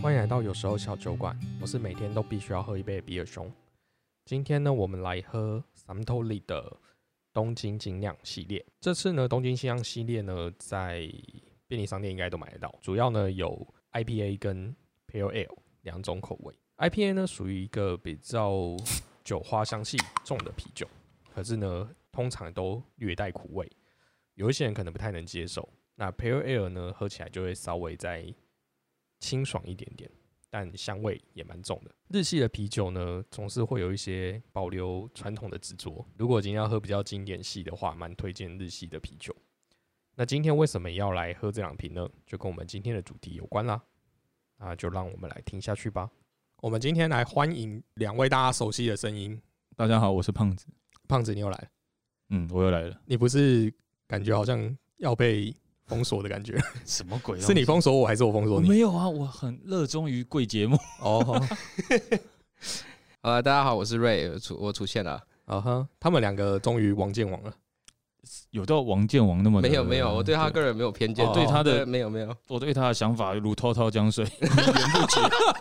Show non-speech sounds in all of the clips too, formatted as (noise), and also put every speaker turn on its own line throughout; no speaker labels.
欢迎来到有时候小酒馆，我是每天都必须要喝一杯的比尔熊。今天呢，我们来喝 Samtoli 的东京精酿系列。这次呢，东京精酿系列呢，在便利商店应该都买得到。主要呢有 IPA 跟 Pale Ale 两种口味。IPA 呢属于一个比较酒花香气重的啤酒，可是呢通常都略带苦味，有一些人可能不太能接受。那 Pale Ale 呢喝起来就会稍微再清爽一点点，但香味也蛮重的。日系的啤酒呢，总是会有一些保留传统的执着。如果今天要喝比较经典系的话，蛮推荐日系的啤酒。那今天为什么要来喝这两瓶呢？就跟我们今天的主题有关啦。那就让我们来听下去吧。我们今天来欢迎两位大家熟悉的声音，
大家好，我是胖子。
胖子你又来了，
嗯，我又来了。
你不是感觉好像要被封锁的感觉？ (laughs)
什么鬼啊
是你封锁我还是我封锁
我
你？
没有啊，我很热衷于贵节目。 (laughs)
哦，
好呃了，大家好，我是瑞，我出我出现了，
啊哈，他们两个终于王见王了。
有到王建王那么的
没有没有，我对他个人没有偏见，
嗯哦
对他的
没有没有，
我对他的想法如滔滔江水。 (laughs)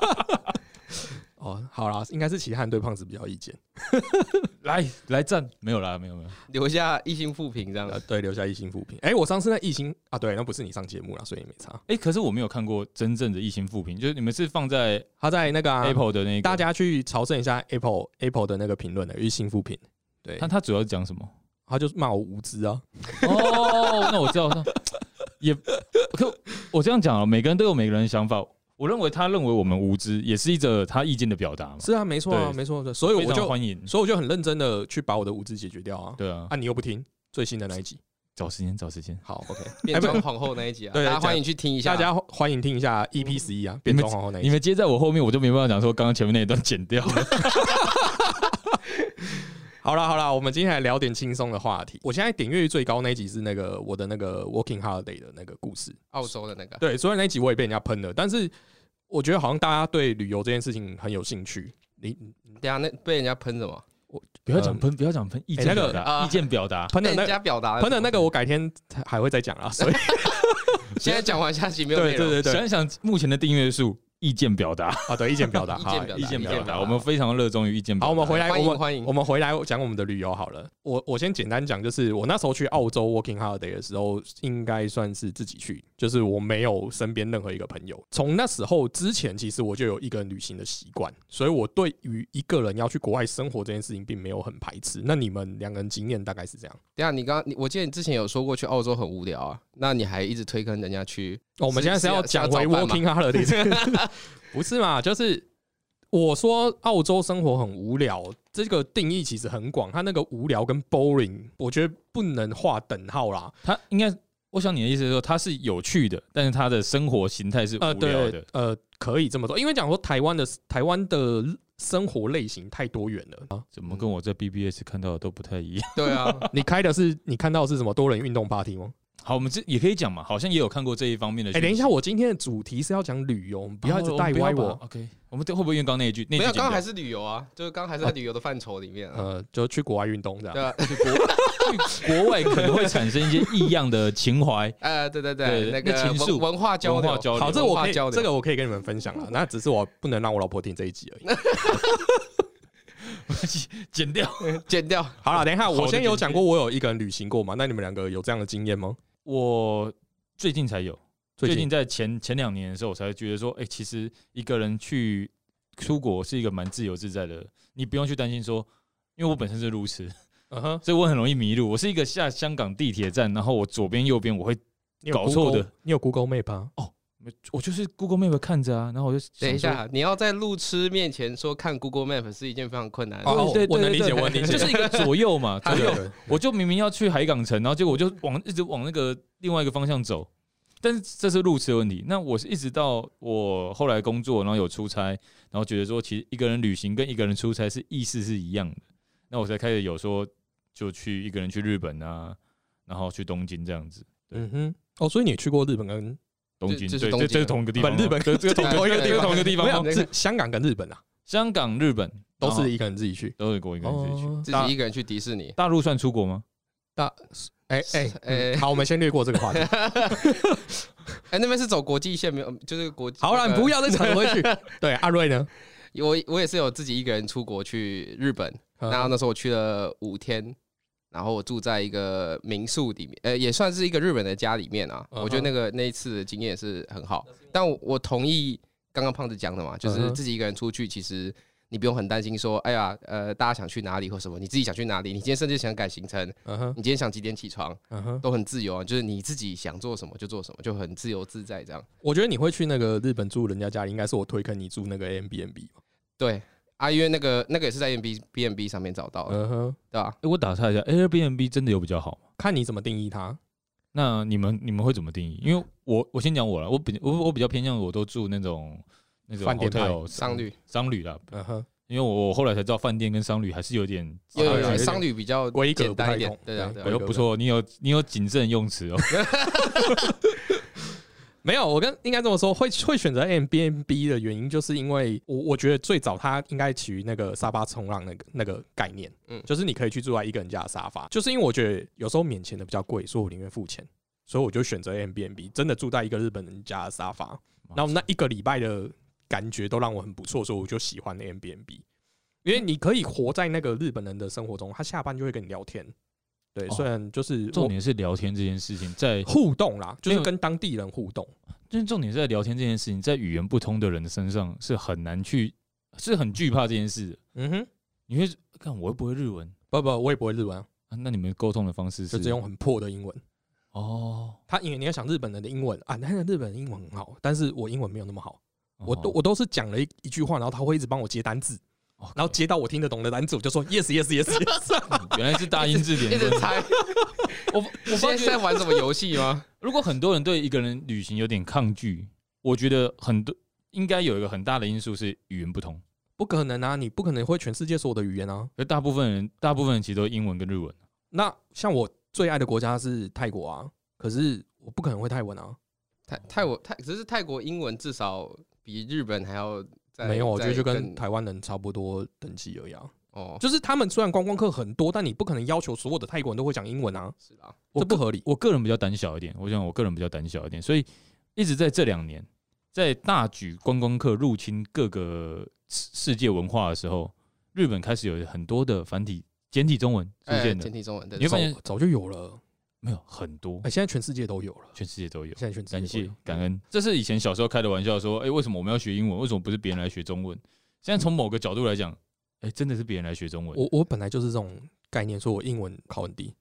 哦，好啦，应该是其他人对胖子比较有意见，
来来站，没有啦，没有没有。
留下一星复评这样
呃，对，留下一星复评。哎、我上次那一星啊，对，那不是你上节目啦，所以没差。
哎、可是我没有看过真正的异星复评，就是你们是放在
他在那个、啊、
Apple 的那个，
大家去朝圣一下 Apple Apple 的那个评论的一星复评，对
他，他主要是讲什么？
他就是骂我无知啊，
哦，那我知道，那 (laughs) 也可我这样讲啊，每个人都有每个人的想法。我认为他认为我们无知，也是一种他意见的表达嘛，
是啊，没错啊，
对
没错，所以
非
我
常
就
欢迎。
所以我就很认真的去把我的无知解决掉啊。
对啊，
啊，你又不听最新的那一集，
找时间，找时间。
好，OK， (laughs)
变装皇后那一集啊，
对
大家
讲
欢迎去听一下。
大家欢迎听一下 EP 十一啊，变装皇后那一
你
集。
们接在我后面，我就没办法讲说刚刚前面那一段剪掉了。
好啦好啦，我们今天来聊点轻松的话题。我现在点阅率最高那一集是那个我的那个 Working Holiday 的那个故事，
澳洲的那个，
对，虽然那一集我也被人家喷了，但是我觉得好像大家对旅游这件事情很有兴趣。你
等一下那被人家喷什么？
(laughs) 不要讲喷，不要讲喷，意见
那个
表达，
啊
意见表达。
喷的
被
那
人家表达
喷的那
个，
个，我改天还会再讲啊。
(laughs)
所以
现在讲完下集没有
对
内容，
对对对
想一想目前的订阅数，意见表达，
啊，对意见表达，
(laughs) 意
好
见表达
意见
意
表
见表
达，
达
我们非常热衷于意见表达。
好，我们回来，
欢
我
迎
们
欢迎
我，们回来讲我们的旅游好了。我我先简单讲，就是我那时候去澳洲 working holiday 的时候，应该算是自己去，就是我没有身边任何一个朋友。从那时候之前，其实我就有一个人旅行的习惯，所以我对于一个人要去国外生活这件事情并没有很排斥。那你们两个人经验大概是这样？
等一下你刚你我记得你之前有说过去澳洲很无聊啊，那你还一直推坑人家
(laughs)
去，
哦我们
是
现在是要
是
讲
要
回
是要找
working holiday，不
(laughs)
是嘛？就是我说澳洲生活很无聊，这个定义其实很广，它那个无聊跟 boring，我觉得不能划等号啦。
他应该，我想你的意思是说，他是有趣的，但是他的生活形态是无
呃，
聊
对
的。，
呃，可以这么说，因为讲说台湾的台湾的生活类型太多元了 (laughs) 啊。
怎么跟我在 BBS 看到的都不太一样？ (laughs)
对啊，
你开的是你看到的是什么多人运动 party 吗？
好，我们这也可以讲嘛，好像也有看过这一方面的
哎、
讯息。
等一下，我今天的主题是要讲旅游，你不要一直
哦
带
不
歪
把
我。
OK，我们会不会用刚那一句？那一
没
句
有，
剪
刚
掉
刚还是旅游啊，就是刚刚还是在旅游的范畴里面啊，
呃，就去国外运动这
对
样。
啊，
去国去国外可能会产生一些异样的情怀。 (laughs)
哎，对对
对
对，那
那情
个
愫
文文化交
文化
流，
交流
好，这个我可
文化
以，
交流
这个我可以跟你们分享了。那只是我不能让我老婆听这一集而已。
剪掉。
剪掉，
好了，等一下，
好的
我先有
剪辑
讲过我有一个人旅行过嘛？那你们两个有这样的经验吗？
我最近才有，
最
最
近
近在前前两年的时候，我才觉得说，哎、其实一个人去出国是一个蛮自由自在的，你不用去担心说，因为我本身是路痴，
嗯哼，
所以我很容易迷路。我是一个下香港地铁站，然后我左边右边我会，
你有
搞错
Google-
的
你有 Google Map 啊？
我就是 Google Map 看着啊，然后我就想
等一
说，
下，你要在路痴面前说看 Google Map 是一件非常困难的
哦
事。
对对对
我能理解
对
我能理解
就是一个左
(laughs)
右嘛，左
还
右
有。
对
我就明明要去海港城，然后结果我就往一直往那个另外一个方向走，但是这是路痴的问题。那我是一直到我后来工作，然后有出差，然后觉得说，其实一个人旅行跟一个人出差是意思是一样的，那我才开始有说就去一个人去日本啊，然后去东京这样子。
嗯哼，哦，所以你也去过日本跟
东京
这
对，
这
这
是东京
这是同一个地方
本
吗，
日本
这这个同
对
同一个地
对啊
方，同一个地哦方
没
吗，
有是香港跟日本啊，
(laughs) 香港、日本
都是
然后
一个人自己去。
都是跟我一个人自己去。
哦
自己一个人去迪士尼，
大陆算出国吗？
大哎、哎哎
哎
哎，好，我们先略过这个
(laughs)
话题。
哎，那边是走国际线，没有，就是国际。
好了，你不
要。
要再扯回去。对，阿瑞呢？
我我也是有自己一个人出国去日本，
嗯
然后那时候我去了五天，然后我住在一个民宿里面，呃，也算是一个日本的家里面啊。
嗯哼
我觉得那个那一次的经验也是很好，但我我同意刚刚胖子讲的嘛，就
嗯
是
哼
自己一个人出去，其实你不用很担心说，哎呀，呃，大家想去哪里或什么，你自己想去哪里，你今天甚至想改行程，
嗯哼，
你今天想几点起床，
嗯哼，
都很自由啊，就是你自己想做什么就做什么，就很自由自在这样。
我觉得你会去那个日本住人家家里，应该是我推坑你住那个 a m b n b
对啊，因为那个那个也是在 M B B M B 上面找到的，
嗯哼，
对吧、
哎，我打岔一下，Airbnb 真的有比较好吗？
看你怎么定义它。
那你们你们会怎么定义？因为我我先讲我了，我比我我比较偏向我都住那种那种
饭店派
hotel
商旅
商旅啦，
嗯哼，
因为我我后来才知道饭店跟商旅还是有点
有有有，
对
商旅比较
哦规格
简
不太
单一点
同，
对啊，
对
对
哎
啊
呦不错，你有你有谨慎用词哦。
没有，我跟应该这么说，会会选择 m b n b 的原因，就是因为我我觉得最早它应该起于那个沙发冲浪那个那个概念，嗯
嗯，
就是你可以去住在一个人家的沙发，就是因为我觉得有时候免钱的比较贵，所以我宁愿付钱，所以我就选择 m b n b 真的住在一个日本人家的沙发，然后 (laughs) 那一个礼拜的感觉都让我很不错，所以我就喜欢 m b n b 因为你可以活在那个日本人的生活中，他下班就会跟你聊天，对，
哦
虽然就是
重点是聊天这件事情，在
我互动啦，就
没
是
有
跟当地人互动。
就是重点是在聊天这件事情，在语言不通的人身上是很难去，是很惧怕这件事的。
嗯哼，
你会看我又不会日文、
不不，我也不会日文、啊，
啊那你们沟通的方式
就是只用很破的英文。
哦，
他因为你要想日本人的英文啊，那个日本人英文很好，但是我英文没有那么好，我都
哦
我都是讲了一一句话，然后他会一直帮我接单字，
OK
然后接到我听得懂的单字，我就说 yes yes yes
(laughs)
yes。
原来是大
(laughs)
英字
一
典。
直猜， (laughs)
我我
你
发
现在是在
觉，
玩什么游戏 (laughs) 吗？
如果很多人对一个人旅行有点抗拒，我觉得很多应该有一个很大的因素是语言不通。
不可能啊！你不可能会全世界所有的语言啊。
而大部分人，大部分人其实都英文跟日文。
那像我最爱的国家是泰国啊，可是我不可能会泰文啊。
泰泰国泰，只是泰国英文至少比日本还要再
没有，我觉得
再
就跟
更
台湾人差不多等级而已啊。
哦，
就是他们虽然观光客很多，但你不可能要求所有的泰国人都会讲英文啊，
是啦，
这
我
不
个
合理。
我个人比较胆小一点，我想我个人比较胆小一点，所以一直在这两年，在大举观光客入侵各个世世界文化的时候，日本开始有很多的繁体简体中文出
哎
现的，
简体中文对
你会
早
发现
早就有了，
没有很多
哎、，现在全世界都有了，
全世界都有。
现在全世界都有
感谢感恩，嗯这是以前小时候开的玩笑，说，哎、为什么我们要学英文？为什么不是别人来学中文？现在从某个角度来讲，哎、真的是别人来学中文。
我我本来就是这种概念，说我英文考很
(laughs)
低。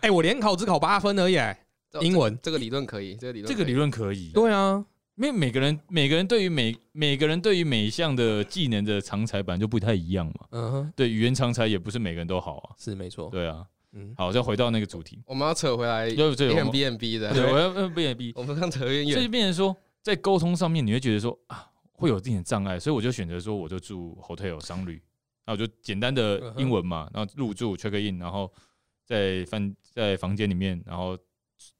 哎、我联考只考八分而已、哎
这
英文。
这个理论可以，这个理论
这个
可以
理论可以，
对啊，
因为每个人每个人对于每每个人对于每一项的技能的长才本来就不太一样嘛。
嗯哼，
对，语言长才也不是每个人都好啊。
是没错。
对啊，
嗯，
好，再回到那个主题，
我们要扯回来
对对，
B
我
M
们
B M B 的，
对，我要呃 B N B，
(laughs) 我们刚扯远
所以
远，
就变成说，在沟通上面你会觉得说啊，会有一点障碍，所以我就选择说，我就住 hotel 商旅，那我就简单的英文嘛，然后入住 check in，然后在饭在房间里面，然后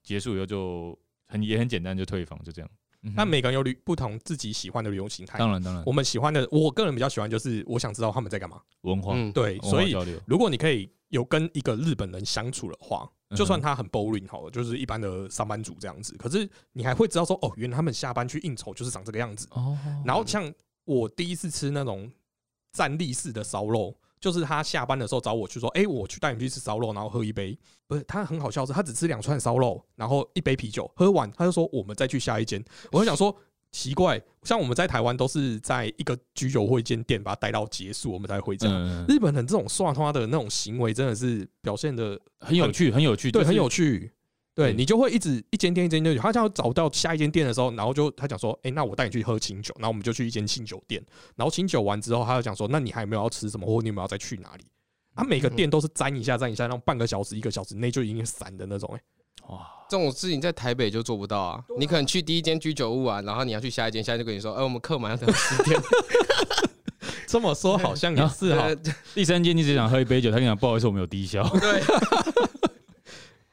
结束以后就很也很简单就退房，就这样。嗯哼
那每个人有旅不同自己喜欢的旅游形态。
当然当然
我们喜欢的，我个人比较喜欢，就是我想知道他们在干嘛。
文化
嗯，
对，
文
所
化
以
交流，
如果你可以有跟一个日本人相处的话，
嗯
就算他很 boring 好了，就是一般的上班族这样子，可是你还会知道说，哦，原来他们下班去应酬就是长这个样子。
哦，
然后像我第一次吃那种站立式的烧肉，就是他下班的时候找我去说，哎、我去带你去吃烧肉，然后喝一杯。不是，他很好笑是，他只吃两串烧肉，然后一杯啤酒，喝完他就说我们再去下一间。我就想说。奇怪，像我们在台湾都是在一个居酒会间店把它待到结束，我们才回家。
嗯，嗯嗯
日本人这种刷花的那种行为，真的是表现的
很有趣，很有趣，
对，嗯
就是
很有趣。对
对
你就会一直一间店一间店去，他想要找到下一间店的时候，然后就他讲说，哎、那我带你去喝清酒，然后我们就去一间清酒店，然后清酒完之后，他就讲说，那你还有没有要吃什么，或你有没有要再去哪里？他、每个店都是沾一下沾一下，然后半个小时一个小时内就已经散的那种、哎，
哇，
这种事情在台北就做不到啊。你可能去第一间居酒屋啊，然后你要去下一间，下一间就跟你说，哎，我们客满要等十天，
这么说好像也
啊
(laughs)
是哈。
对
(laughs) 第三间你只想喝一杯酒，他跟你讲不好意思，我们有低消，
对，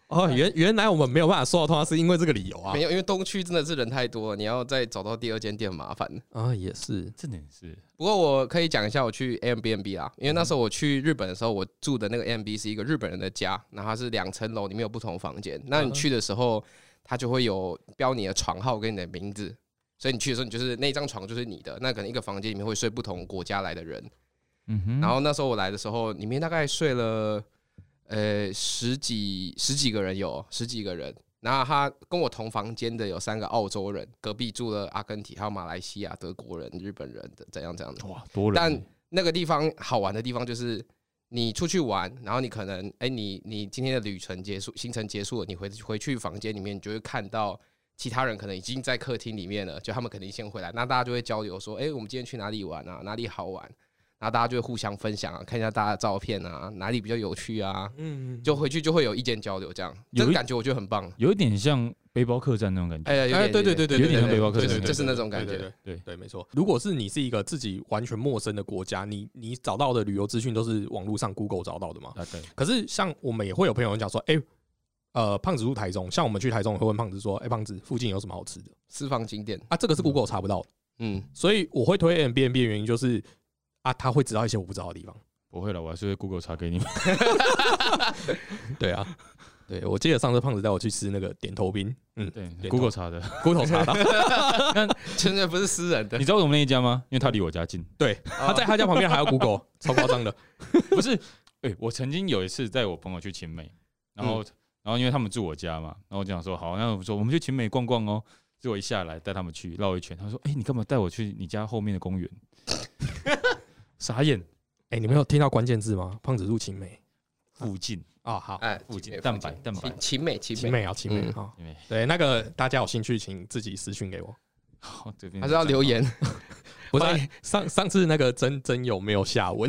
哦，原原来我们没有办法收到通话，是因为这个理由啊
没。有，因为东区真的是人太多了，你要再找到第二间店很麻烦。
啊，也是，
这点是
不过我可以讲一下我去 a m b n b 啦，因为那时候我去日本的时候，我住的那个 a m b 是一个日本人的家，然后它是两层楼，里面有不同房间。那你去的时候，它就会有标你的床号跟你的名字，所以你去的时候，你就是那张床就是你的。那可能一个房间里面会睡不同国家来的人。
嗯哼
然后那时候我来的时候，里面大概睡了呃十几十几个人有十几个人。然后他跟我同房间的有三个澳洲人，隔壁住了阿根廷、还有马来西亚、德国人、日本人的怎样怎样的。
哇多人，
但那个地方好玩的地方就是，你出去玩，然后你可能，哎、你你今天的旅程结束，行程结束了，你回回去房间里面，你就会看到其他人可能已经在客厅里面了，就他们肯定先回来，那大家就会交流说，哎、我们今天去哪里玩啊？哪里好玩？然后大家就会互相分享啊，看一下大家的照片啊，哪里比较有趣啊，
嗯，
就回去就会有意见交流，这样，
有一
这个感觉我觉得很棒。
有一点像背包客栈那种感觉。
哎、有
哎，
点
对对对对，对
有点像
对
背包客
对
栈
对
就是那种
对
感
对
觉。
对
对
对，没错。如果是你是一个自己完全陌生的国家，你你找到的旅游资讯都是网络上 Google 找到的嘛？
啊，对，
可是像我们也会有朋友讲说，哎、呃，胖子住台中，像我们去台中也会问胖子说，哎、胖子附近有什么好吃的？
私房景点，
啊，这个是 Google 查不到的，
嗯，
所以我会推 M B N B 的原因就是啊，他会知道一些我不知道的地方。
不会了，我还是会 Google 查给你们。
对啊，对我记得上次胖子带我去吃那个点头冰，嗯，
(laughs) (laughs) 对
对
，Google 查的。
骨头查到，
真的不是私人的
你，知道我们那一家吗？因为他离我家 (laughs) 近。
对，他在他家旁边还有 Google，超夸张的。
不是，哎、我曾经有一次带我朋友去秦美，然后、然后因为他们住我家嘛，然后我就想说好，那我说我们去秦美逛逛哦。结果一下来带他们去绕一圈，他说：“哎、你干嘛带我去你家后面的公 (laughs) 园？”傻眼，
哎、你们有听到关键字吗？胖子入秦美
附近
啊，好，
哎，
附近
景美
蛋白蛋白
景景美景
秦
美，
美啊，秦美
嗯
好
秦美，
对，那个大家有兴趣请自己私讯给我。
好哦这边
还是要留言。
不是啊
欢
上上次那个真真有没有下文？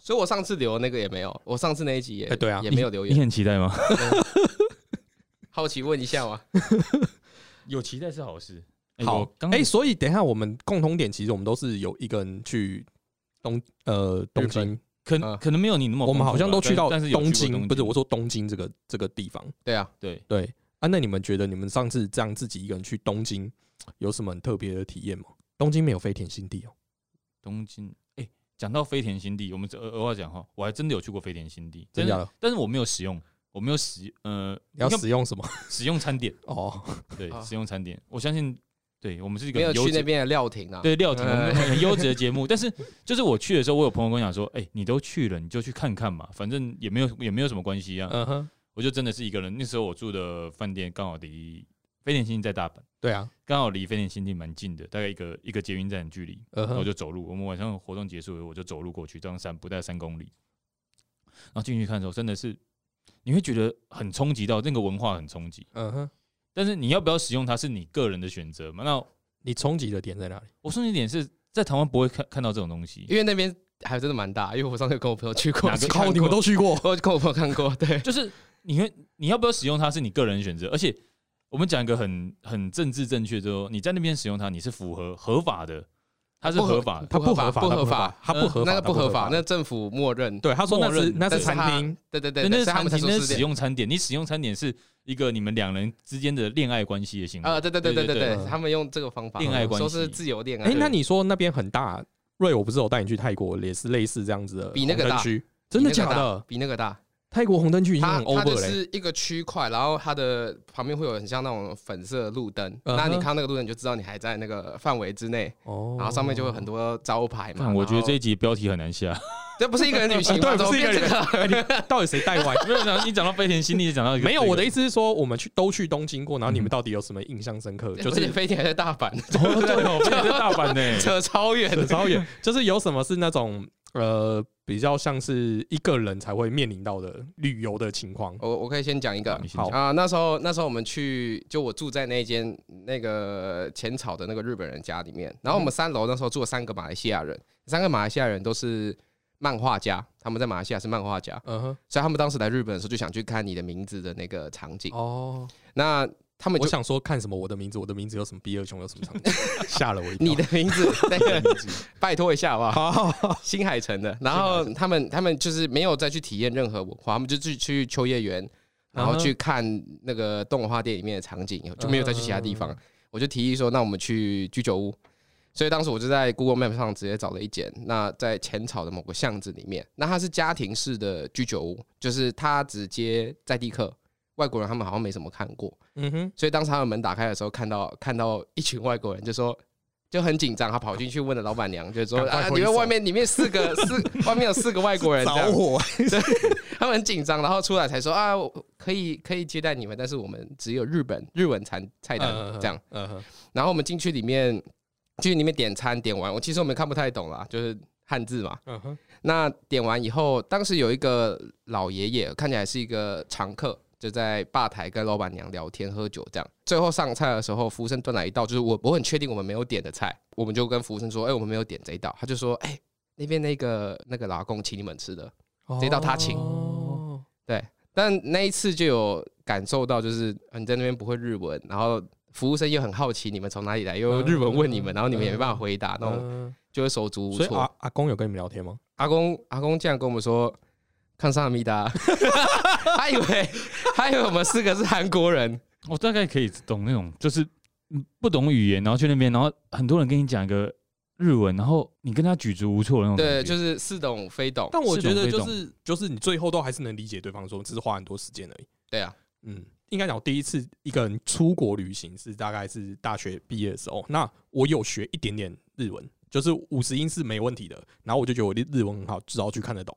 所以我上次留那个也没有，我上次那一集也、
哎对啊
也没有留
你
言。
很期待吗？
好奇问一下嘛，
有期待是好事。
好
我刚
哎、所以等一下我们共同点，其实我们都是有一个人去东呃东
日
京，
可
啊
可能没有你那么丰富吧，
我们好像都去到
但但是有去
东
过
京，不是我说
说
东京这个这个地方，
对啊，
对，
对啊。那你们觉得你们上次这样自己一个人去东京，有什么很特别的体验吗？东京没有飞田新地哦、
东京。哎、讲到飞田新地，我们额额外讲哈，我还真的有去过飞田新地，
真
但是
假的？
但是我没有使用，我没有使呃，
你要
应该
使用什么？ (laughs)
使用餐点，
哦，
对，
啊
使用餐点，我相信，对我们是一个
没有
很优
去
质
那边的料亭啊。
对料亭，我们
哎
很优质的节目。但是就是我去的时候，我有朋友跟我讲说，哎、你都去了，你就去看看嘛，反正也没有也没有什么关系啊。
嗯哼，
我就真的是一个人，那时候我住的饭店刚好离飞田新地在大阪，
对啊，
刚好离飞田新地蛮近的，大概一个一个捷运站的距离。
嗯
然后我
哼，
就走路。我们晚上活动结束，我就走路过去，这样散步大概三公里。然后进去看的时候，真的是你会觉得很冲击到那个文化很冲击。
嗯哼，
但是你要不要使用它是你个人的选择嘛？那
你冲击的点在哪里？
我说你点是在台湾不会看看到这种东西，
因为那边还真的蛮大，因为我上次跟我朋友去过
哪，个
看过
靠，你们都去过？
我跟我朋友看过，对，
就是你会你要不要使用它是你个人的选择，而且我们讲一个很很政治正确，就是说你在那边使用它，你是符合合法的，它是
不合
合法的。
它不合
合
法，
不
它
合法，
它不合法，
那
它
个
不
不合法，
法。
那政府默认。
对他说那
默
是
认
那是
但是
餐
他
厅，
对对对，
对，那是
所以他
餐
们才
厅，
说
那
是
是使用餐点，你使用餐点是一个你们两人之间的恋爱关系的行为。
啊，对对对对对
对对
对
对，
他们用这个方法，
恋爱关系
说是自由恋
哎、
爱，
那你说那边很大，瑞，我不是有带你去泰国，也是类似这样子的
比那个
红灯
大
区，
比
真的
那个
假
大
的？
比那个大，
泰国红灯区已经
它
很
它就
over 欸嘞、
是一个区块，然后它的旁边会有很像那种粉色的路灯，
嗯哼
那你看到那个路灯，你就知道你还在那个范围之内，
哦，
然后上面就会很多招牌嘛。
看，我觉得这一
然后
集标题很难下。
这不是一个人旅
(laughs)
行
对
吗？
不是一个人
怎么变这个
哦 (laughs) 到底谁带歪？
(laughs) 没有讲，你讲到飞田新地，就讲到一个
没有，
这个
我的意思是说，我们去都去东京过，然后你们到底有什么印象深 (laughs) 刻？就
而且
是
飞天还在大阪， (laughs)
哦对哦，飞田是大阪呢。
扯超
(laughs)
远。
很超远，就是有什么是那种呃比较像是一个人才会面临到的旅游的情况。
我我可以先讲一个
好你先讲
啊，那时候那时候我们去，就我住在那间那个浅草的那个日本人家里面，然后我们三楼那时候住了三个马来西亚人，三个马来西亚人都是漫画家，他们在马来西亚是漫画家，
嗯哼，
所以他们当时来日本的时候就想去看你的名字的那个场景。
哦，
那他们
我
就
想说看什么？我的名字，我的名字有什么？比尔 (laughs) 熊有什么场景？吓了我一跳。
你的名 (laughs) 字，对，拜托一下好不好？新海诚的，然后他们他们就是没有再去体验任何文化，他们就去去秋叶原，然后去看那个动画店里面的场景，以后就没有再去其他地方。我就提议说，那我们去居酒屋。所以当时我就在 Google Map 上直接找了一间，那在浅草的某个巷子里面，那它是家庭式的居酒屋，就是它只接在地客，外国人他们好像没什么看过，
嗯哼，
所以当时他们门打开的时候，看到看到一群外国人，就说就很紧张，他跑进去问了老板娘，就说
赶快
啊，
挥
你们
手
外面里面四个四
(laughs)
外面有四个外国人，这样
火，
他们很紧张，然后出来才说啊，我可以可以接待你们，但是我们只有日本日文餐菜单这样。
嗯哼，
然后我们进去里面进去里面点餐，点完我其实我们看不太懂啦，就是汉字嘛。
嗯哼，
那点完以后，当时有一个老爷爷，看起来是一个常客，就在吧台跟老板娘聊天喝酒这样。最后上菜的时候，服务生端来一道，就是我我很确定我们没有点的菜，我们就跟服务生说：“哎、我们没有点这一道。”他就说：“哎、那边那个那个老阿公请你们吃的。
嗯
这道他请
哦”
但那一次就有感受到，就是呃你在那边不会日文，然后服务生又很好奇你们从哪里来，又
嗯
日文问你
嗯
们，然后你们也没办法回答，那种
嗯
就会手足无
所以
措。
阿阿公有跟你们聊天吗？
阿公阿公竟然跟我们说看萨米达， (laughs) 他以为他以为我们四个是韩
(laughs)
国人，
(laughs) 我大概可以懂那种，就是嗯不懂语言，然后去那边，然后很多人跟你讲一个日文，然后你跟他举足无措的那种感觉。
对，就是似懂非懂。
但我
是
觉
懂
得
非
就
懂
是就是你最后都还是能理解对方说，只是花很多时间而已。
对啊，
嗯，应该讲我第一次一个人出国旅行是大概是大学毕业的时候，那我有学一点点日文，就是五十音是没问题的，然后我就觉得我的日文很好，至少去看得懂，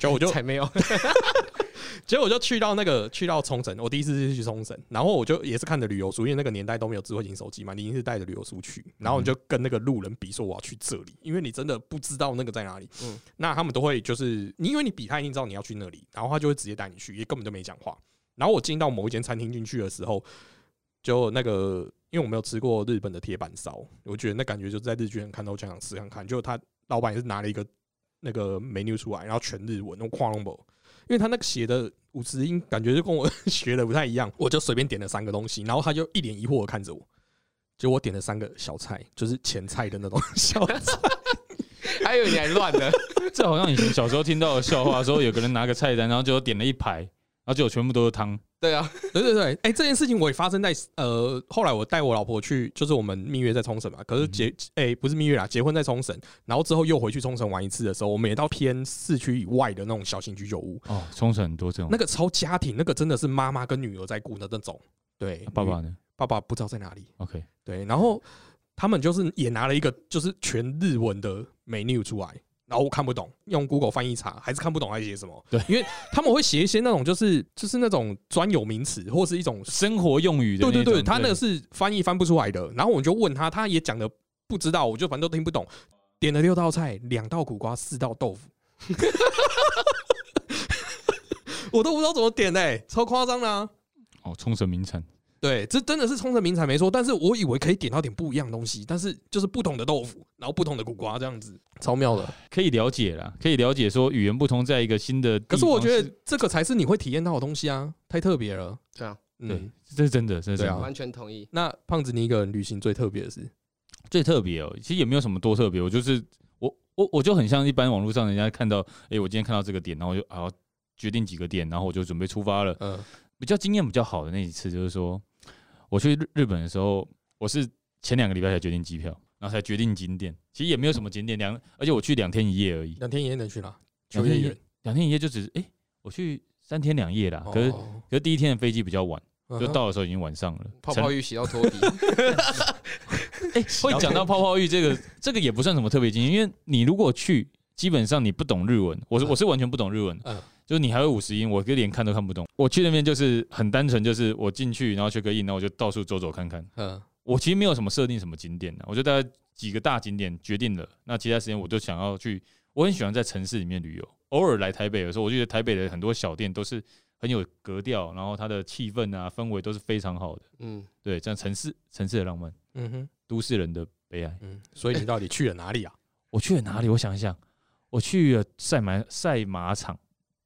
结果我就
才没有， (laughs)
(laughs) 结果我就去到那个去到冲绳，我第一次是去冲绳，然后我就也是看着旅游书，因为那个年代都没有智慧型手机嘛，你一定是带着旅游书去，然后你就跟那个路人比说我要去这里，因为你真的不知道那个在哪里，嗯
嗯，
那他们都会就是你因为你比他一定知道你要去那里，然后他就会直接带你去，也根本就没讲话。然后我进到某一间餐厅进去的时候，就那个因为我没有吃过日本的铁板烧，我觉得那感觉就是在日剧人看到我想想吃看看，就他老板也是拿了一个那个 menu 出来，然后全日文，用跨龙博。因为他那个写的五十音感觉就跟我 (laughs) 学的不太一样，我就随便点了三个东西，然后他就一脸疑惑的看着我，结果我点了三个小菜，就是前菜的那种小
(laughs)
菜，
还以为你还乱的。
这好像以前小时候听到的笑话，说有个人拿个菜单，然后就点了一排，然后结果全部都是汤。
对啊，
对对对，哎、这件事情我也发生在呃，后来我带我老婆去，就是我们蜜月在冲绳嘛，可是
嗯
结哎、不是蜜月啦，结婚在冲绳，然后之后又回去冲绳玩一次的时候，我们也到偏市区以外的那种小型居酒屋，
哦，冲绳很多这种。
那个超家庭，那个真的是妈妈跟女儿在顾的那种，对，
爸爸呢
爸爸不知道在哪里，
？OK，
对，然后他们就是也拿了一个就是全日文的 menu 出来，然后我看不懂，用 Google 翻译查还是看不懂他写什么。
对，
因为他们会写一些那种就是就是那种专有名词或是一种，
生活用语的
对
那
对
种。
对，他那个是翻译翻不出来的。然后我就问他，他也讲的不知道，我就反正都听不懂。点了六道菜，两道苦瓜，四道豆腐。 (laughs) 我都不知道怎么点嘞、超夸张的、啊。
哦，冲绳名产。
对，这真的是冲绳名产没错，但是我以为可以点到点不一样的东西，但是就是不同的豆腐，然后不同的苦瓜这样子，超妙的。
可以了解啦，可以了解说语言不同，在一个新的地
可
方，
是我觉得这个才是你会体验到的东西啊，太特别了。
对啊，
对
嗯，，
这是真的，这是真
对啊
的。
完全同意。
那胖子你一个人旅行最特别的是，
最特别哦，其实也没有什么多特别，我就是我我我就很像一般网络上人家看到，诶，我今天看到这个点，然后我就啊决定几个点，然后我就准备出发了。
嗯
比较经验比较好的那一次，就是说我去日日本的时候，我是前两个礼拜才决定机票，然后才决定景点，其实也没有什么景点，两而且我去两天一夜而已，
两天一夜能去哪？秋
两
叶
天一夜
原。
两天一夜就只是诶，我去三天两夜啦，啊可是
哦
可是第一天的飞机比较晚，就，
嗯哼
到的时候已经晚上了，
泡
才
泡浴洗到脱
(laughs)
皮，
哎、 (laughs) 会讲到泡泡浴这个，这个也不算什么特别经验，因为你如果去，基本上你不懂日文，我是我是完全不懂日文，
嗯
就是你还会五十音，我就连看都看不懂。我去那边就是很单纯，就是我进去然后去个印，然后我就到处走走看看。
嗯，
我其实没有什么设定什么景点的、我就大概几个大景点决定了，那其他时间我就想要去，我很喜欢在城市里面旅游，偶尔来台北的时候，我就觉得台北的很多小店都是很有格调，然后它的气氛啊氛围都是非常好的，
嗯，
对，这样城市城市的浪漫，
嗯哼，
都市人的悲哀。
嗯，所
哎
以你到底去了哪里啊？
我去了哪里？我想一想，我去了赛马赛马场，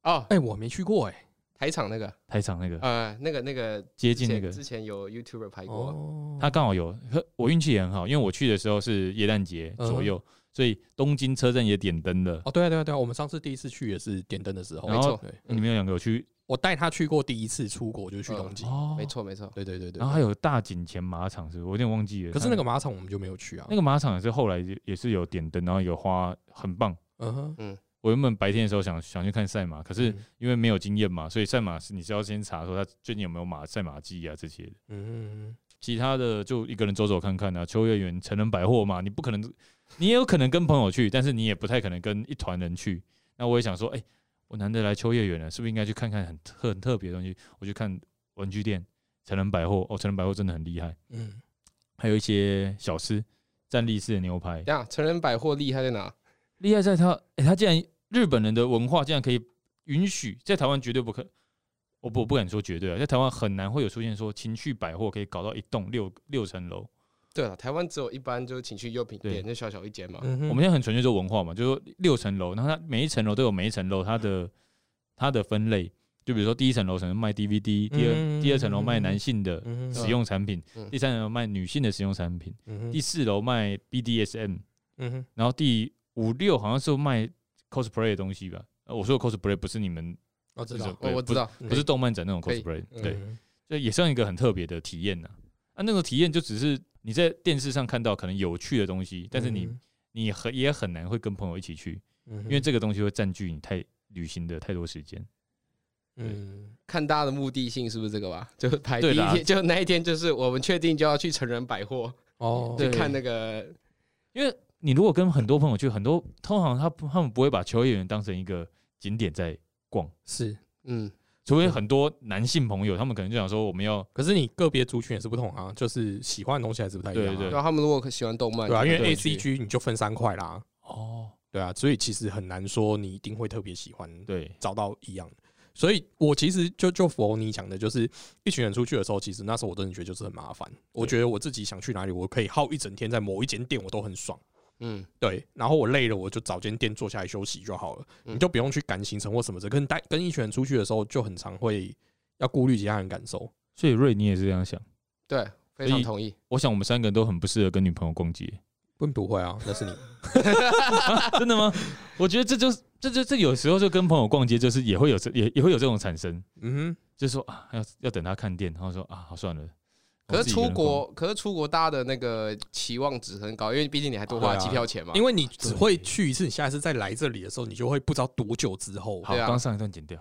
哦，
哎，我没去过哎，
台场那个，
台场
啊
那个
呃，那个那个
接
之
近那
前
个，
之前有 YouTuber 拍过，
哦，
他刚好有，呵我运气也很好，因为我去的时候是耶诞节左右，所以东京车站也点灯了。
嗯哦，对啊，对啊，对啊，我们上次第一次去也是点灯的时候，
然后
对，
你们有两个有去
我带他去过第一次出国就是去
嗯
东京，
哦
没。错没错，
对对对对，
然后还有大井前马场是不是？我有点忘记了。
可是那个
它
马场我们就没有去啊，
那个马场也是后来也也是有点灯，然后有花，很棒。
嗯哼，
我原本白天的时候想想去看赛马，可是
嗯
因为没有经验嘛，所以赛马是你是要先查说它最近有没有马赛马季啊这些的。
嗯
其他的就一个人走走看看啊，秋叶原、成人百货嘛，你不可能，你也有可能跟朋友去，但是你也不太可能跟一团人去。那我也想说，哎、我难得来秋叶原了，是不是应该去看看很特很特别的东西？我去看文具店、成人百货，哦，成人百货真的很厉害，
嗯，
还有一些小吃、站立式的牛排，
这样啊成人百货厉害在哪？
厉害在它，哎、它竟然日本人的文化竟然可以允许，在台湾绝对不可，我不我不敢说绝对啊，在台湾很难会有出现说情趣百货可以搞到一栋六六层楼。
对了，台湾只有一般就是情趣用品
对
店，就小小一间嘛。
嗯哼
呃我们现在很纯粹做文化嘛，就是说六层楼，然后它每一层楼都有每一层楼它的它的分类，就比如说第一层楼可能卖 DVD，第二、
嗯
第二层楼卖男性的
嗯
使用产品，
嗯
第三层楼卖女性的使用产品，
哼，
第四楼卖 BDSM，
嗯哼，
然后第五六好像是卖 cosplay 的东西吧。呃我说的 cosplay 不是你们
我知
就
道
是，
哦，
对
我知道，
嗯
不是动漫展那种
可以
cosplay，
嗯
对，所以也算一个很特别的体验呐、啊，那种体验就只是你在电视上看到可能有趣的东西，但是你、
嗯
你很也很难会跟朋友一起去，因
因
为这个东西会占据你太旅行的太多时间。
嗯
看大家的目的性是不是这个吧？ (laughs) 就是排第
对
一
啦
天，就那一天，就是我们确定就要去成人百货
哦，
去
对
看那个，
因为你如果跟很多朋友去，很多通常他不他们不会把球演员当成一个景点在逛，
是，
嗯，
除非很多男性朋友，他们可能就想说我们要
可是你个别族群也是不同啊，就是喜欢的东西还是不太一样啊，
对
然后他们如果喜欢动漫，
对啊，因
就
为
对
A C G 你就分三块啦，
哦，
对啊，所以其实很难说你一定会特别喜欢
对
找到一样的。所以我其实就就符合你讲的，就是一群人出去的时候，其实那时候我真的觉得就是很麻烦。我觉得我自己想去哪里，我可以耗一整天在某一间店，我都很爽。
嗯，
对，然后我累了，我就找间店坐下来休息就好了，
嗯
你就不用去赶行程或什么的。跟带跟一群人出去的时候，就很常会要顾虑其他人感受。
所以瑞你也是这样想。
对，非
所
常
以
同意。
我想我们三个人都很不适合跟女朋友逛街， (laughs)
并不会啊，那是你。
真的吗？ (laughs) 我觉得这就是这就这有时候就跟朋友逛街，就是也会有这也也会有这种产生，
(laughs) 嗯
就是说啊要要等他看店，然后说啊好算了。我
可
自
是
己一个
出
人逛
国，可是出国大家的那个期望值很高，因为毕竟你还多
对
花
啊
机票钱嘛
哼，。因为你只会去一次，你下一次再来这里的时候，你就会不知道多久之后。
好，
对啊
刚上一段剪掉。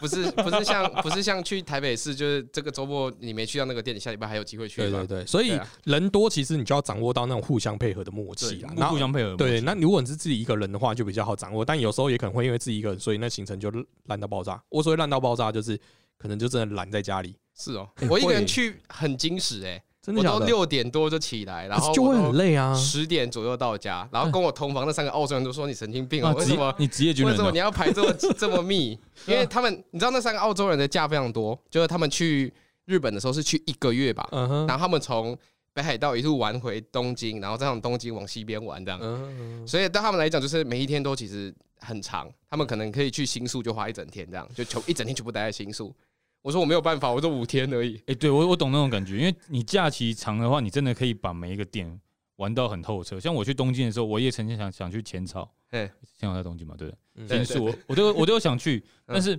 不是不是像 (laughs) 不是像去台北市，就是这个周末你没去到那个店，你下礼拜还有机会去
对
嘛
对对，所以
对啊
人多，其实你就要掌握到那种互相配合的默契啦。然
互
后
互相配合嘛。
对，那如果你是自己一个人的话，就比较好掌握。但有时候也可能会因为自己一个人，所以那行程就烂到爆炸。我所谓烂到爆炸，就是可能就真的懒在家里，
是哦
哎，
我一个人
会
去很精实哎，
真
我
的假
都
的？
六点多就起来，然
可
后
是就会很
累，
累
嗯
啊。
十点左右到家，然后跟我同房那三个澳洲人都说你神经病
啊
哦，，为
职
什么？
你职业军
为
人
什么
哦
你要排这么 (laughs) 这
(laughs)
么密？因为他们，你知道那三个澳洲人的假非常多，就是他们去日本的时候是去一个月吧，
嗯哼，
然后他们从北海道一路玩回东京，然后再从东京往西边玩这样。
嗯，
所以对他们来讲，就是每一天都其实很长，他们可能可以去新宿就花一整天，这样就全一整天全部待在新宿。我说我没有办法，我说五天而已。
哎、对我我懂那种感觉，因为你假期长的话，你真的可以把每一个店玩到很透彻。像我去东京的时候，我也曾经想想去浅草，
嗯
浅草在东京嘛，对不
嗯
对？
对
新宿我我都我都有想去，
嗯
但是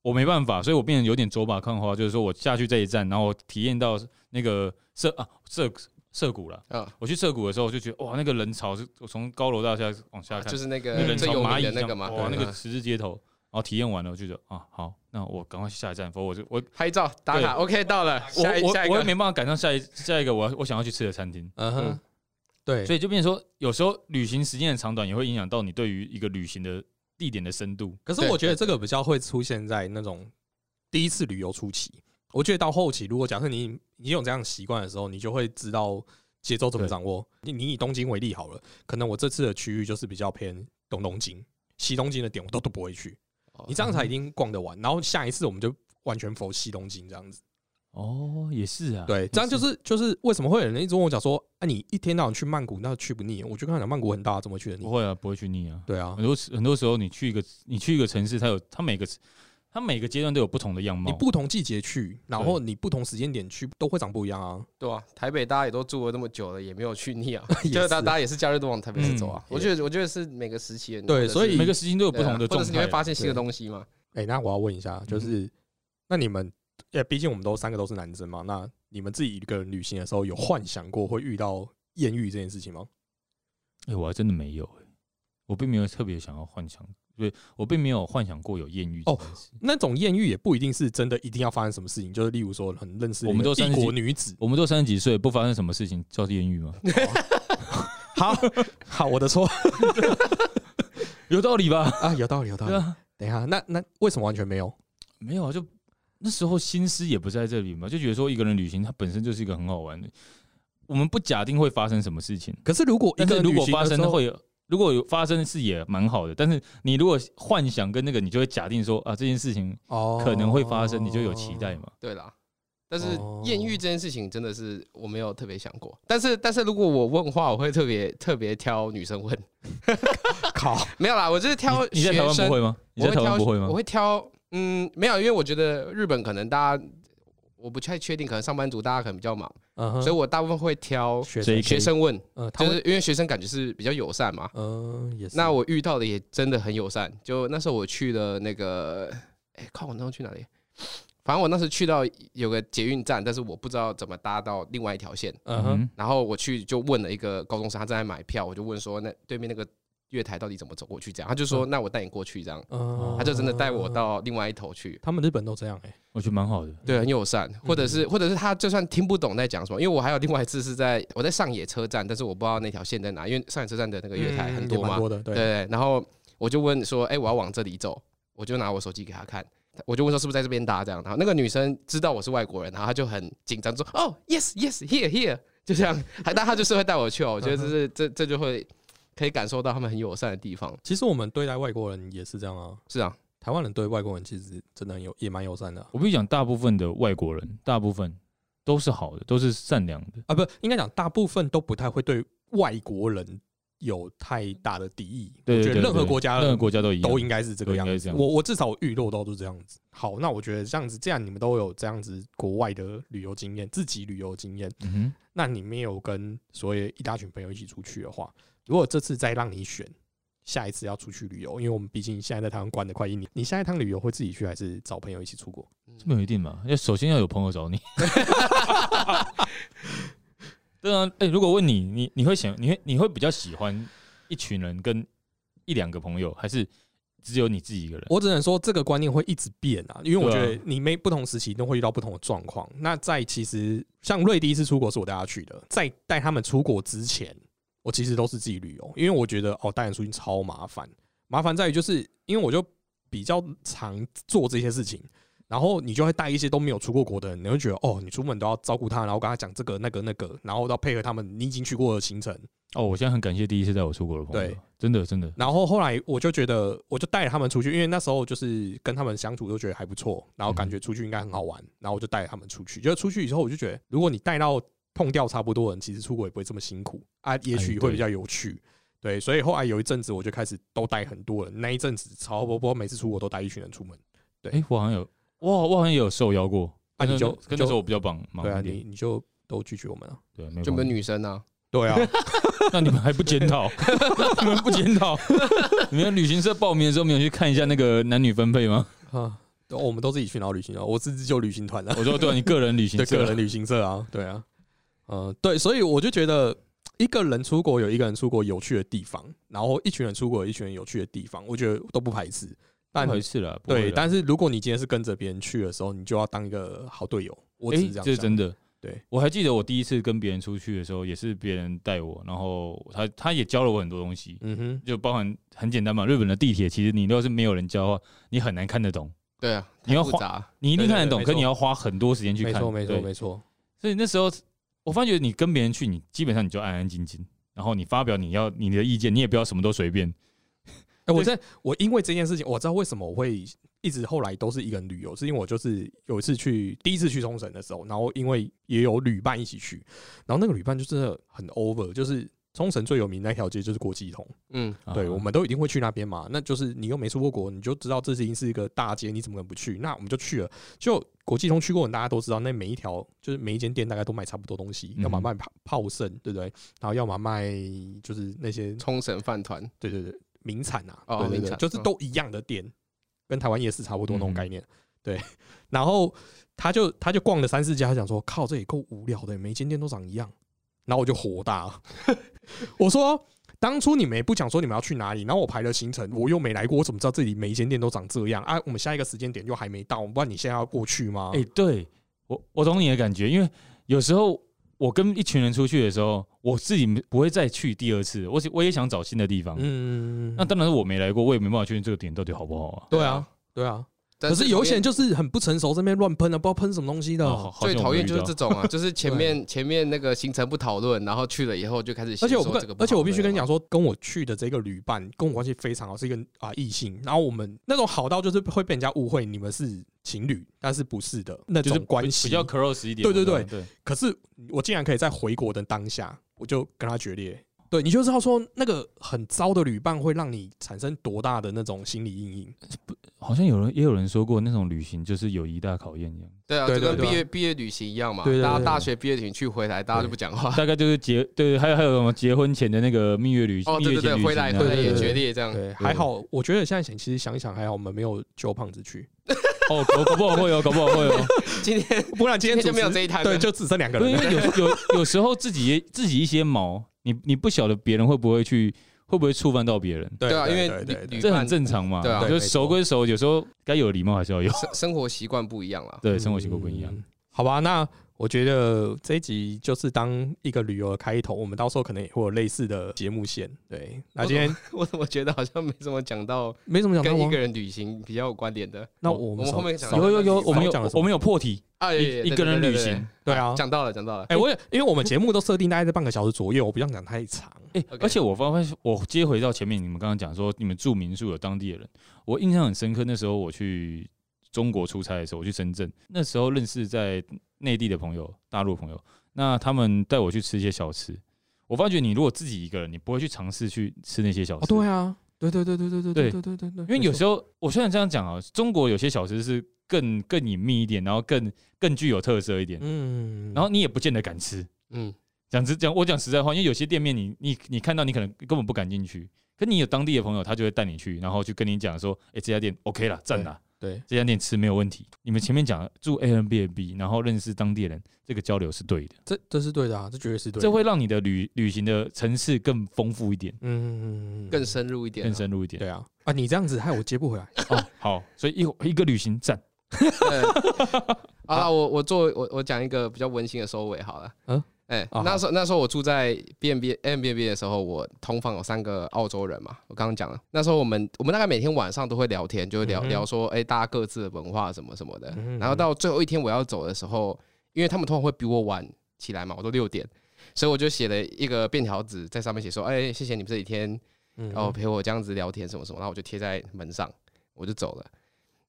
我没办法，所以我变成有点走马看花，就是说我下去这一站，然后我体验到那个涩啊涩涩谷了。 (laughs)
嗯，
我去涩谷的时候，就觉得哇，那个人潮是我从高楼大厦往下看，
啊就是那
那
个
人
最
潮
有
蚂
名
蚁
的
这
那
样哦
个嘛，
哇，那个
嗯
十字街头，然后体验完了，我就觉得啊，好，那我赶快下一站，否则我就我
拍照打卡，OK 到了，
我
下一
我
下一
我也
个
没办法赶上下一下一个我要我想要去吃的餐厅，
嗯哼
嗯，
对，
所以就变成说，有时候旅行时间的长短也会影响到你对于一个旅行的地点的深度。
可是我觉得这个比较会出现在那种第一次旅游初期。我觉得到后期，如果假设你你有这样习惯的时候，你就会知道节奏怎么
对
掌握。你你以东京为例好了，可能我这次的区域就是比较偏东东京、西东京的点，我都都不会去。
哦
你这样
嗯
才一定逛得完，然后下一次我们就完全否西东京这样子。
哦，也是啊，
对，这样就是就是为什么会有人一直问我讲说，啊，你一天到晚去曼谷，那去不腻？我就跟他讲，曼谷很大，怎么去的腻
不？会啊，不会去腻啊。
对啊
很，多时很多时候，你去一个你去一个城市，它有它每个它每个阶段都有不同的样
你
貌。
不同季节去，然后你不同时间点去，都会长不一样啊。，
对啊，台北大家也都住了那么久了，也没有去
(laughs)
腻啊
也
就是大
是
大家也是假日都往台北市走啊。
嗯
我觉得我觉得是每个时期的人
对
或者是
所以
每个时期都有不
对啊
同的
或者
状
是你会
态。
发现新的
对
东西嘛。
哎、那我要问一下，
嗯
就是那你们，呃，毕竟我们都三个都是男生嘛，那你们自己一个人旅行的时候，有幻想过会遇到艳遇这件事情吗？
哎、我还真的没有、哎，我并没有特别想要幻想，对我并没有幻想过有艳遇这
哦
件事。
那种艳遇也不一定是真的一定要发生什么事情，就是例如说很认识
我们都
一个异
三十几，
国女子
我们都三十几岁，不发生什么事情叫艳
(laughs)
遇吗？
好 (laughs) 好，我的错
有道理吧？
啊，有道理，有道理
对。啊，
等一下，那那为什么完全没有？
没有啊，就那时候心思也不在这里嘛，就觉得说一个人旅行，它本身就是一个很好玩的。我们不假定会发生什么事情，
可是如果一
但
个
是
人
如
旅
果
行
发
的
生
时候，
会有，如果有发生是也蛮好的。但是你如果幻想跟那个，你就会假定说啊，这件事情
哦
可能会发生，你就有期待。嘛。
对啦，但是
哦
艳遇这件事情真的是我没有特别想过。但是但是如果我问的话，我会特别特别挑女生问。
(laughs) 靠，
没有啦，我就是挑
哦
你你在台湾
学生
不会吗？你在台湾不会吗
我？会挑，嗯，没有，因为我觉得日本可能大家我不太确定，可能上班族大家可能比较忙，
嗯哼，
所以我大部分会挑
学
所
生，
以可以
学生问，
呃，他
就
会
是因为学生感觉是比较友善嘛。
嗯、也是。
那我遇到的也真的很友善，就那时候我去了那个，哎、靠，我那时候去哪里？反正我那时候去到有个捷运站，但是我不知道怎么搭到另外一条线，
嗯哼，
然后我去就问了一个高中生，他正在买票，我就问说那对面那个月台到底怎么走过去？这样，他就说那我带你过去这样。
嗯
他就真的带我。到另外一头去，
他们日本都这样哎、
我觉得蛮好的。
对，很友善，或者是或者是他就算听不懂在讲什么，因为我还有另外一次是在我在上野车站，但是我不知道那条线在哪，因为上野车站的那个月台
嗯
很
也
多
蛮
嘛，
多的，对，
对，然后我就问说，哎、我要往这里走，我就拿我手机给他看，我就问说是不是在这边搭这样，然后那个女生知道我是外国人，然后她就很紧张说，哦，yes yes here here，就这样，还但她就是会带我去哦，我觉得这是这这就会可以感受到他们很友善的地方，
其实我们对待外国人也是这样啊，
是啊，
台湾人对外国人其实真的很友也蛮友善的啊
我必须讲，大部分的外国人，大部分都是好的，都是善良的。
啊，不应该讲大部分都不太会对外国人有太大的敌意。
对
我
对
觉
对
得任何国家
任何国家都一样，
都应该是这个
啊都应
样
该是这
子。
样
我我至少预露到都是这样子。好，那我觉得这样子，既然你们都有这样子国外的旅游经验，自己旅游经验，
嗯哼，
那你没有跟所谓一大群朋友一起出去的话，如果这次再让你选，下一次要出去旅游，因为我们毕竟现在在台湾关的快一年，你下一趟旅游会自己去还是找朋友一起出国？
这没有一定嘛。要首先要有朋友找你。 (laughs) 对啊，哎、如果问你，你你会想，你会你会比较喜欢一群人跟一两个朋友，还是只有你自己一个人？
我只能说这个观念会一直变啊，因为我觉
对啊
得你每不同时期都会遇到不同的状况。那在其实像瑞第一次出国是我带他去的，在带他们出国之前，我其实都是自己旅游，因为我觉得哦带人出去超麻烦，麻烦在于就是因为我就比较常做这些事情。然后你就会带一些都没有出过国的人，你会觉得哦，你出门都要照顾他，然后跟他讲这个那个那个，然后要配合他们你已经去过的行程，
哦，我现在很感谢第一次带我出国的朋友
对，
真的真的，
然后后来我就觉得，我就带着他们出去，因为那时候就是跟他们相处都觉得还不错，然后感觉出去应该很好玩，然后我就带着他们出去。就出去以后，我就觉得，如果你带到碰掉差不多的人，其实出国也不会这么辛苦啊，
嗯
也许会比较有趣。对，所以后来有一阵子，我就开始都带很多人。那一阵子，超波波每次出国都带一群人出门。
哎、我好像有，哇，我好像有受邀过。
啊你就
哎跟那
就
时候我比较忙忙
对啊，
一
你
点，
你就都拒绝我们了。啊
对，没
就没有
办法
女生啊，
对啊，
(laughs) 那你们还不
(laughs)
检讨？你们不检讨？你们旅行社报名的时候没有去看一下那个男女分配吗？
啊，我们都自己去然后旅行了，我自己就旅行团了。
我说对、啊，你个人旅行
对
社，
个人旅行社啊，对啊，呃，对，所以我就觉得一个人出国有一个人出国有趣的地方，然后一群人出国有一群人有趣的地方，我觉得都不排斥。但
不好意思啦，不会
对，
啦
但是如果你今天是跟着别人去的时候，你就要当一个好队友。我只
诶
是这样
这是
想
真的。
对，
我还记得我第一次跟别人出去的时候，也是别人带我，然后他他也教了我很多东西，
嗯哼，
就包含很简单嘛，日本的地铁其实你要是没有人教的话，你很难看得懂，
对啊，
你要
太复
花
杂，
你一定
对对
看得
对
懂，
没
可
错
你要花很多时间去
没
看。
错，没错，
对
没错。
所以那时候我发觉你跟别人去，你基本上你就安安静静，然后你发表你要你的意见，你也不要什么都随便。
哎，我在我因为这件事情，我知道为什么我会一直后来都是一个人旅游，是因为我就是有一次去第一次去冲绳的时候，然后因为也有旅伴一起去，然后那个旅伴就真的很 over，就是冲绳最有名那条街就是国际通，
嗯，
对，
啊
我们都一定会去那边嘛。那就是你又没出过国，你就知道这已经是一个大街，你怎么可能不去？那我们就去了。就国际通去过，大家都知道，那每一条就是每一间店大概都卖差不多东西，
嗯
要么卖泡泡盛，对不对？然后要么卖就是那些
冲绳饭团，
对对对名产啊，
哦
对对
名
对，
产
就是
嗯
都一样的店，跟台湾夜市差不多那种
嗯
概念。对，然后他就他就逛了三四家，他想说靠，这也够无聊的，每一间店都长一样。然后我就火大了， (laughs) 我说当初你们也不讲说你们要去哪里，然后我排了行程，我又没来过，我怎么知道这里每一间店都长这样啊？我们下一个时间点又还没到，不然你现在要过去吗？
哎、对我我懂你的感觉，因为有时候我跟一群人出去的时候，我自己不会再去第二次，我只我也想找新的地方。
嗯，
那当然是我没来过，我也没办法确定这个点到底好不好啊。
对啊，对啊。
但
可是有一些人
就
就是很不成熟，这边乱喷啊，不知道喷什么东西的。
哦好好
最
像我
讨
没有
厌
遇
就是
到
这种啊，就是前面前面那个行程不讨论，然后去了以后就开始，
而且我不
这个
跟，
不
而
好
且我必须跟你
那
讲
个
说，跟我去的这个旅伴跟我关系非常好，是一个啊异性。然后我们那种好到就是会被人家误会你们是情侣，但是不是的那
就
种
是
关
比
系。
比较 close 一点。
对对
我
对
懂对，
可是我竟然可以在回国的当下，我就跟他决裂。对，你就知道说那个很糟的旅伴会让你产生多大的那种心理阴影。
好像有人也有人说过，那种旅行就是友谊大考验一样，
对啊，
对
就跟
对对
毕业毕业旅行一样嘛，
对对对
大家
对
大学毕业旅行去回来，大家就不讲话，
大概就是结对，还有还有什么结婚前的那个蜜月旅行，
哦，
蜜
对
月
对
前
对，
旅
回来
行啊
回来
对
也
对
决
对
裂这样，
对，还好，我觉得现在想，其实想一想还好，我们没有揪胖子去，
哦，搞搞不好会哦，搞不好会哦。
(laughs) 今天
不然今
今
天
天就没有这
一
一摊了
(laughs) 对，，就只剩两个
因为
人
因
了。
为有有有时候自己也自己一些毛，你你不晓得别人会不会去，会不会触犯到别人，
对
啊，因为
对对对
旅旅
这
伴
很正常嘛。
对啊
就
对
是熟归熟，有时候该有礼貌还是要有。
生生活习惯不一样
(laughs)
啦。
对，生活习惯不一样。
嗯好吧，那我觉得这一集就是当一个旅游的开头，我们到时候可能也会有类似的节目线。对，那今天
我怎么觉得好像没怎么讲到
没什么想到
跟一
吗
个？人旅行比较有关联的
那
我
我们
们
少
后面讲
少
有有有，
少
我们有
讲了什么
我们有破题，
啊，也也
一一个人旅行，
对啊。
讲到了讲到了，
哎，我也因为我们节目都设定大概在半个小时左右，我不想讲太长。
哎、
OK
而且我发现，我接回到前面你们刚刚讲说，你们住民宿有当地的人，我印象很深刻。那时候我去中国出差的时候，我去深圳，那时候认识在内地的朋友，大陆朋友，那他们带我去吃一些小吃。我发觉你如果自己一个人，你不会去尝试去吃那些小吃，
哦，对啊，对对对对对对
对
对对对对，
因为有时
候
候我虽然这样讲啊，中国有些小吃是更更隐秘一点，然后更更具有特色一点，
嗯，
然后你也不见得敢吃。
嗯，
讲实讲，我讲实在话，因为有些店面你你你看到你可能根本不敢进去，可你有当地的朋友，他就会带你去，然后去跟你讲说，哎、这家店 OK 啦，赞啦，
对
这家店吃没有问题。你们前面讲住 Airbnb，然后认识当地人，这个交流是对的，
这这是对的啊，这绝对是对的，
这会让你的旅旅行的层次更丰富一点，
嗯嗯嗯嗯
更深入一点啊，
更深入一点。
对啊啊，你这样子害我接不回来。
哦，好，所以一一个旅行赞，
对， (laughs) 好了，我我做我我讲一个比较温馨的收尾好了。嗯
嗯，
哎、
啊
那
好
时候那时候我住在 B N B M B N B 的时候，我同房有三个澳洲人嘛，我刚刚讲了。那时候我们我们大概每天晚上都会聊天，就会
嗯
聊、
哼
聊说，哎、大家各自的文化什么什么的。
嗯哼
然后到最后一天我要走的时候，因为他们通常会比我晚起来嘛，我都六点，所以我就写了一个便条纸在上面写说，哎、谢谢你们这几天
嗯
然后陪我这样子聊天什么什么，然后我就贴在门上，我就走了。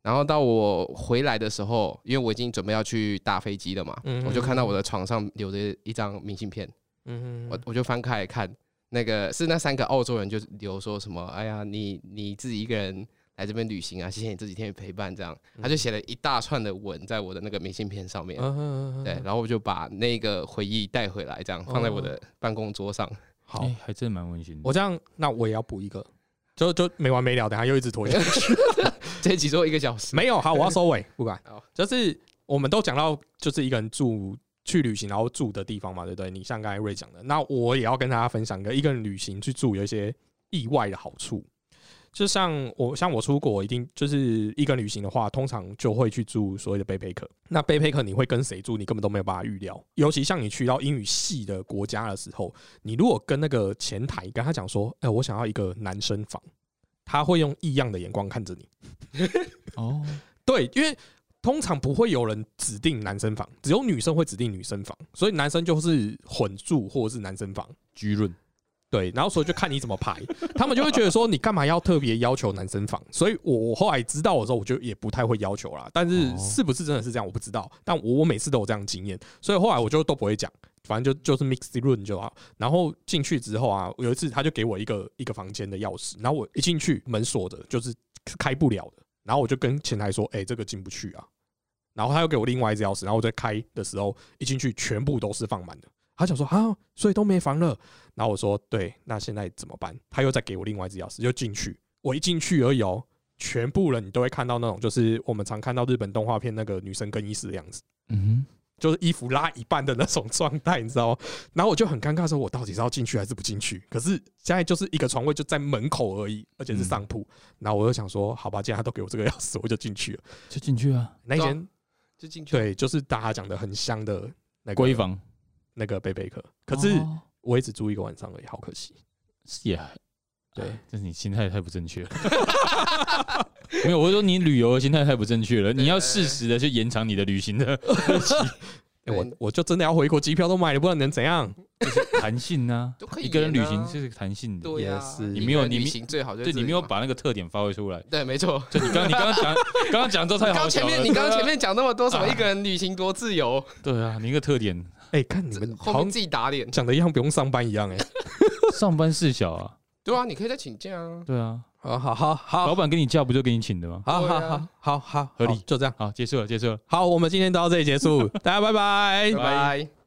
然后到我回来的时候，因为我已经准备要去搭飞机了嘛，
嗯
我就看到我的床上留着一张明信片，
嗯嗯
我我就翻开来看，那个是那三个澳洲人就留说什么，哎呀，你你自己一个人来这边旅行啊，谢谢你这几天的陪伴，这样，他就写了一大串的文在我的那个明信片上面，
嗯哦
对，然后我就把那个回忆带回来，这样放在我的办公桌上，
好
诶，还真蛮温馨的。
哎我这样，那我也要补一个，就就没完没了，等下又一直拖延。
这一集做一个小时，
没有，好，我要收尾，不管
好。
就是我们都讲到，就是一个人住去旅行，然后住的地方嘛，对不对？你像刚才瑞讲的，那我也要跟大家分享一个一个人旅行去住有一些意外的好处。就像我像我出国，一定就是一个人旅行的话，通常就会去住所谓的背背客。那背背客你会跟谁住，你根本都没有办法预料。尤其像你去到英语系的国家的时候，你如果跟那个前台跟他讲说，哎、我想要一个男生房，他会用异样的眼光看着你。
哦，
对，因为通常不会有人指定男生房，只有女生会指定女生房，所以男生就是混住或者是男生房。
居润，
对，然后所以就看你怎么排，他们就会觉得说你干嘛要特别要求男生房？所以我我后来知道的时候，我就也不太会要求啦。但是
哦
是不是真的是这样，我不知道。但我我每次都有这样的经验，所以后来我就都不会讲。反正就就是 mixed room 就好。然后进去之后啊，有一次他就给我一个一个房间的钥匙，然后我一进去门锁着，就是开不了的。然后我就跟前台说：“哎、这个进不去啊。”然后他又给我另外一只钥匙，然后我在开的时候，一进去全部都是放满的。他想说啊，所以都没房了。然后我说对，那现在怎么办？他又再给我另外一只钥匙，就进去。我一进去而已哦，全部人你都会看到那种，就是我们常看到日本动画片那个女生更衣室的样子。
嗯
就是衣服拉一半的那种状态，你知道吗？然后我就很尴尬，说我到底是要进去还是不进去？可是现在就是一个床位就在门口而已，而且
嗯
是上铺。然后我就想说，好吧，既然他都给我这个钥匙，我就进去了。
哼，就进去啊，
那一间
就进去。
对，就是大家讲的很香的那
闺
个
房。
那个贝贝克，可是
哦
我也只住一个晚上而已，好可惜。
是也
对，
但是啊你心态太不正确了。 (laughs) 没有，我是说你旅游的心态太不正确了。你要适时的去延长你的旅行的
哎我我就真的要回国，机票都买了，不然能怎样？
弹性啊
都可，以
一个人旅
延
行
啊
是弹性的，
对呀、
也是你
一个
没有
人
你
旅
没
行最好就是
对
自
你
己
没有
嘛
把那个特点发挥出来。
(laughs) 对，没错。
就你刚你刚刚
(laughs)
讲，刚刚讲都 (laughs) 太好
刚
笑
前
了。
面你刚刚前面讲那么多，什么
啊
一个人旅行多自
(laughs)
由，
对啊，你一个特点，
哎、看你们好
后面
像
自己打脸。
讲的一样，不用上班一 (laughs) 样、哎，
上班事小啊，
对啊，你可以再请假啊。
对啊，
好哦好好好
老板给你假不就给你请的吗？
好
对
好
啊
好好好，
合理
好就这样。
好，结束了，结束了。
(laughs)
哎
好，我们今天到这里结束，大家拜拜
拜拜。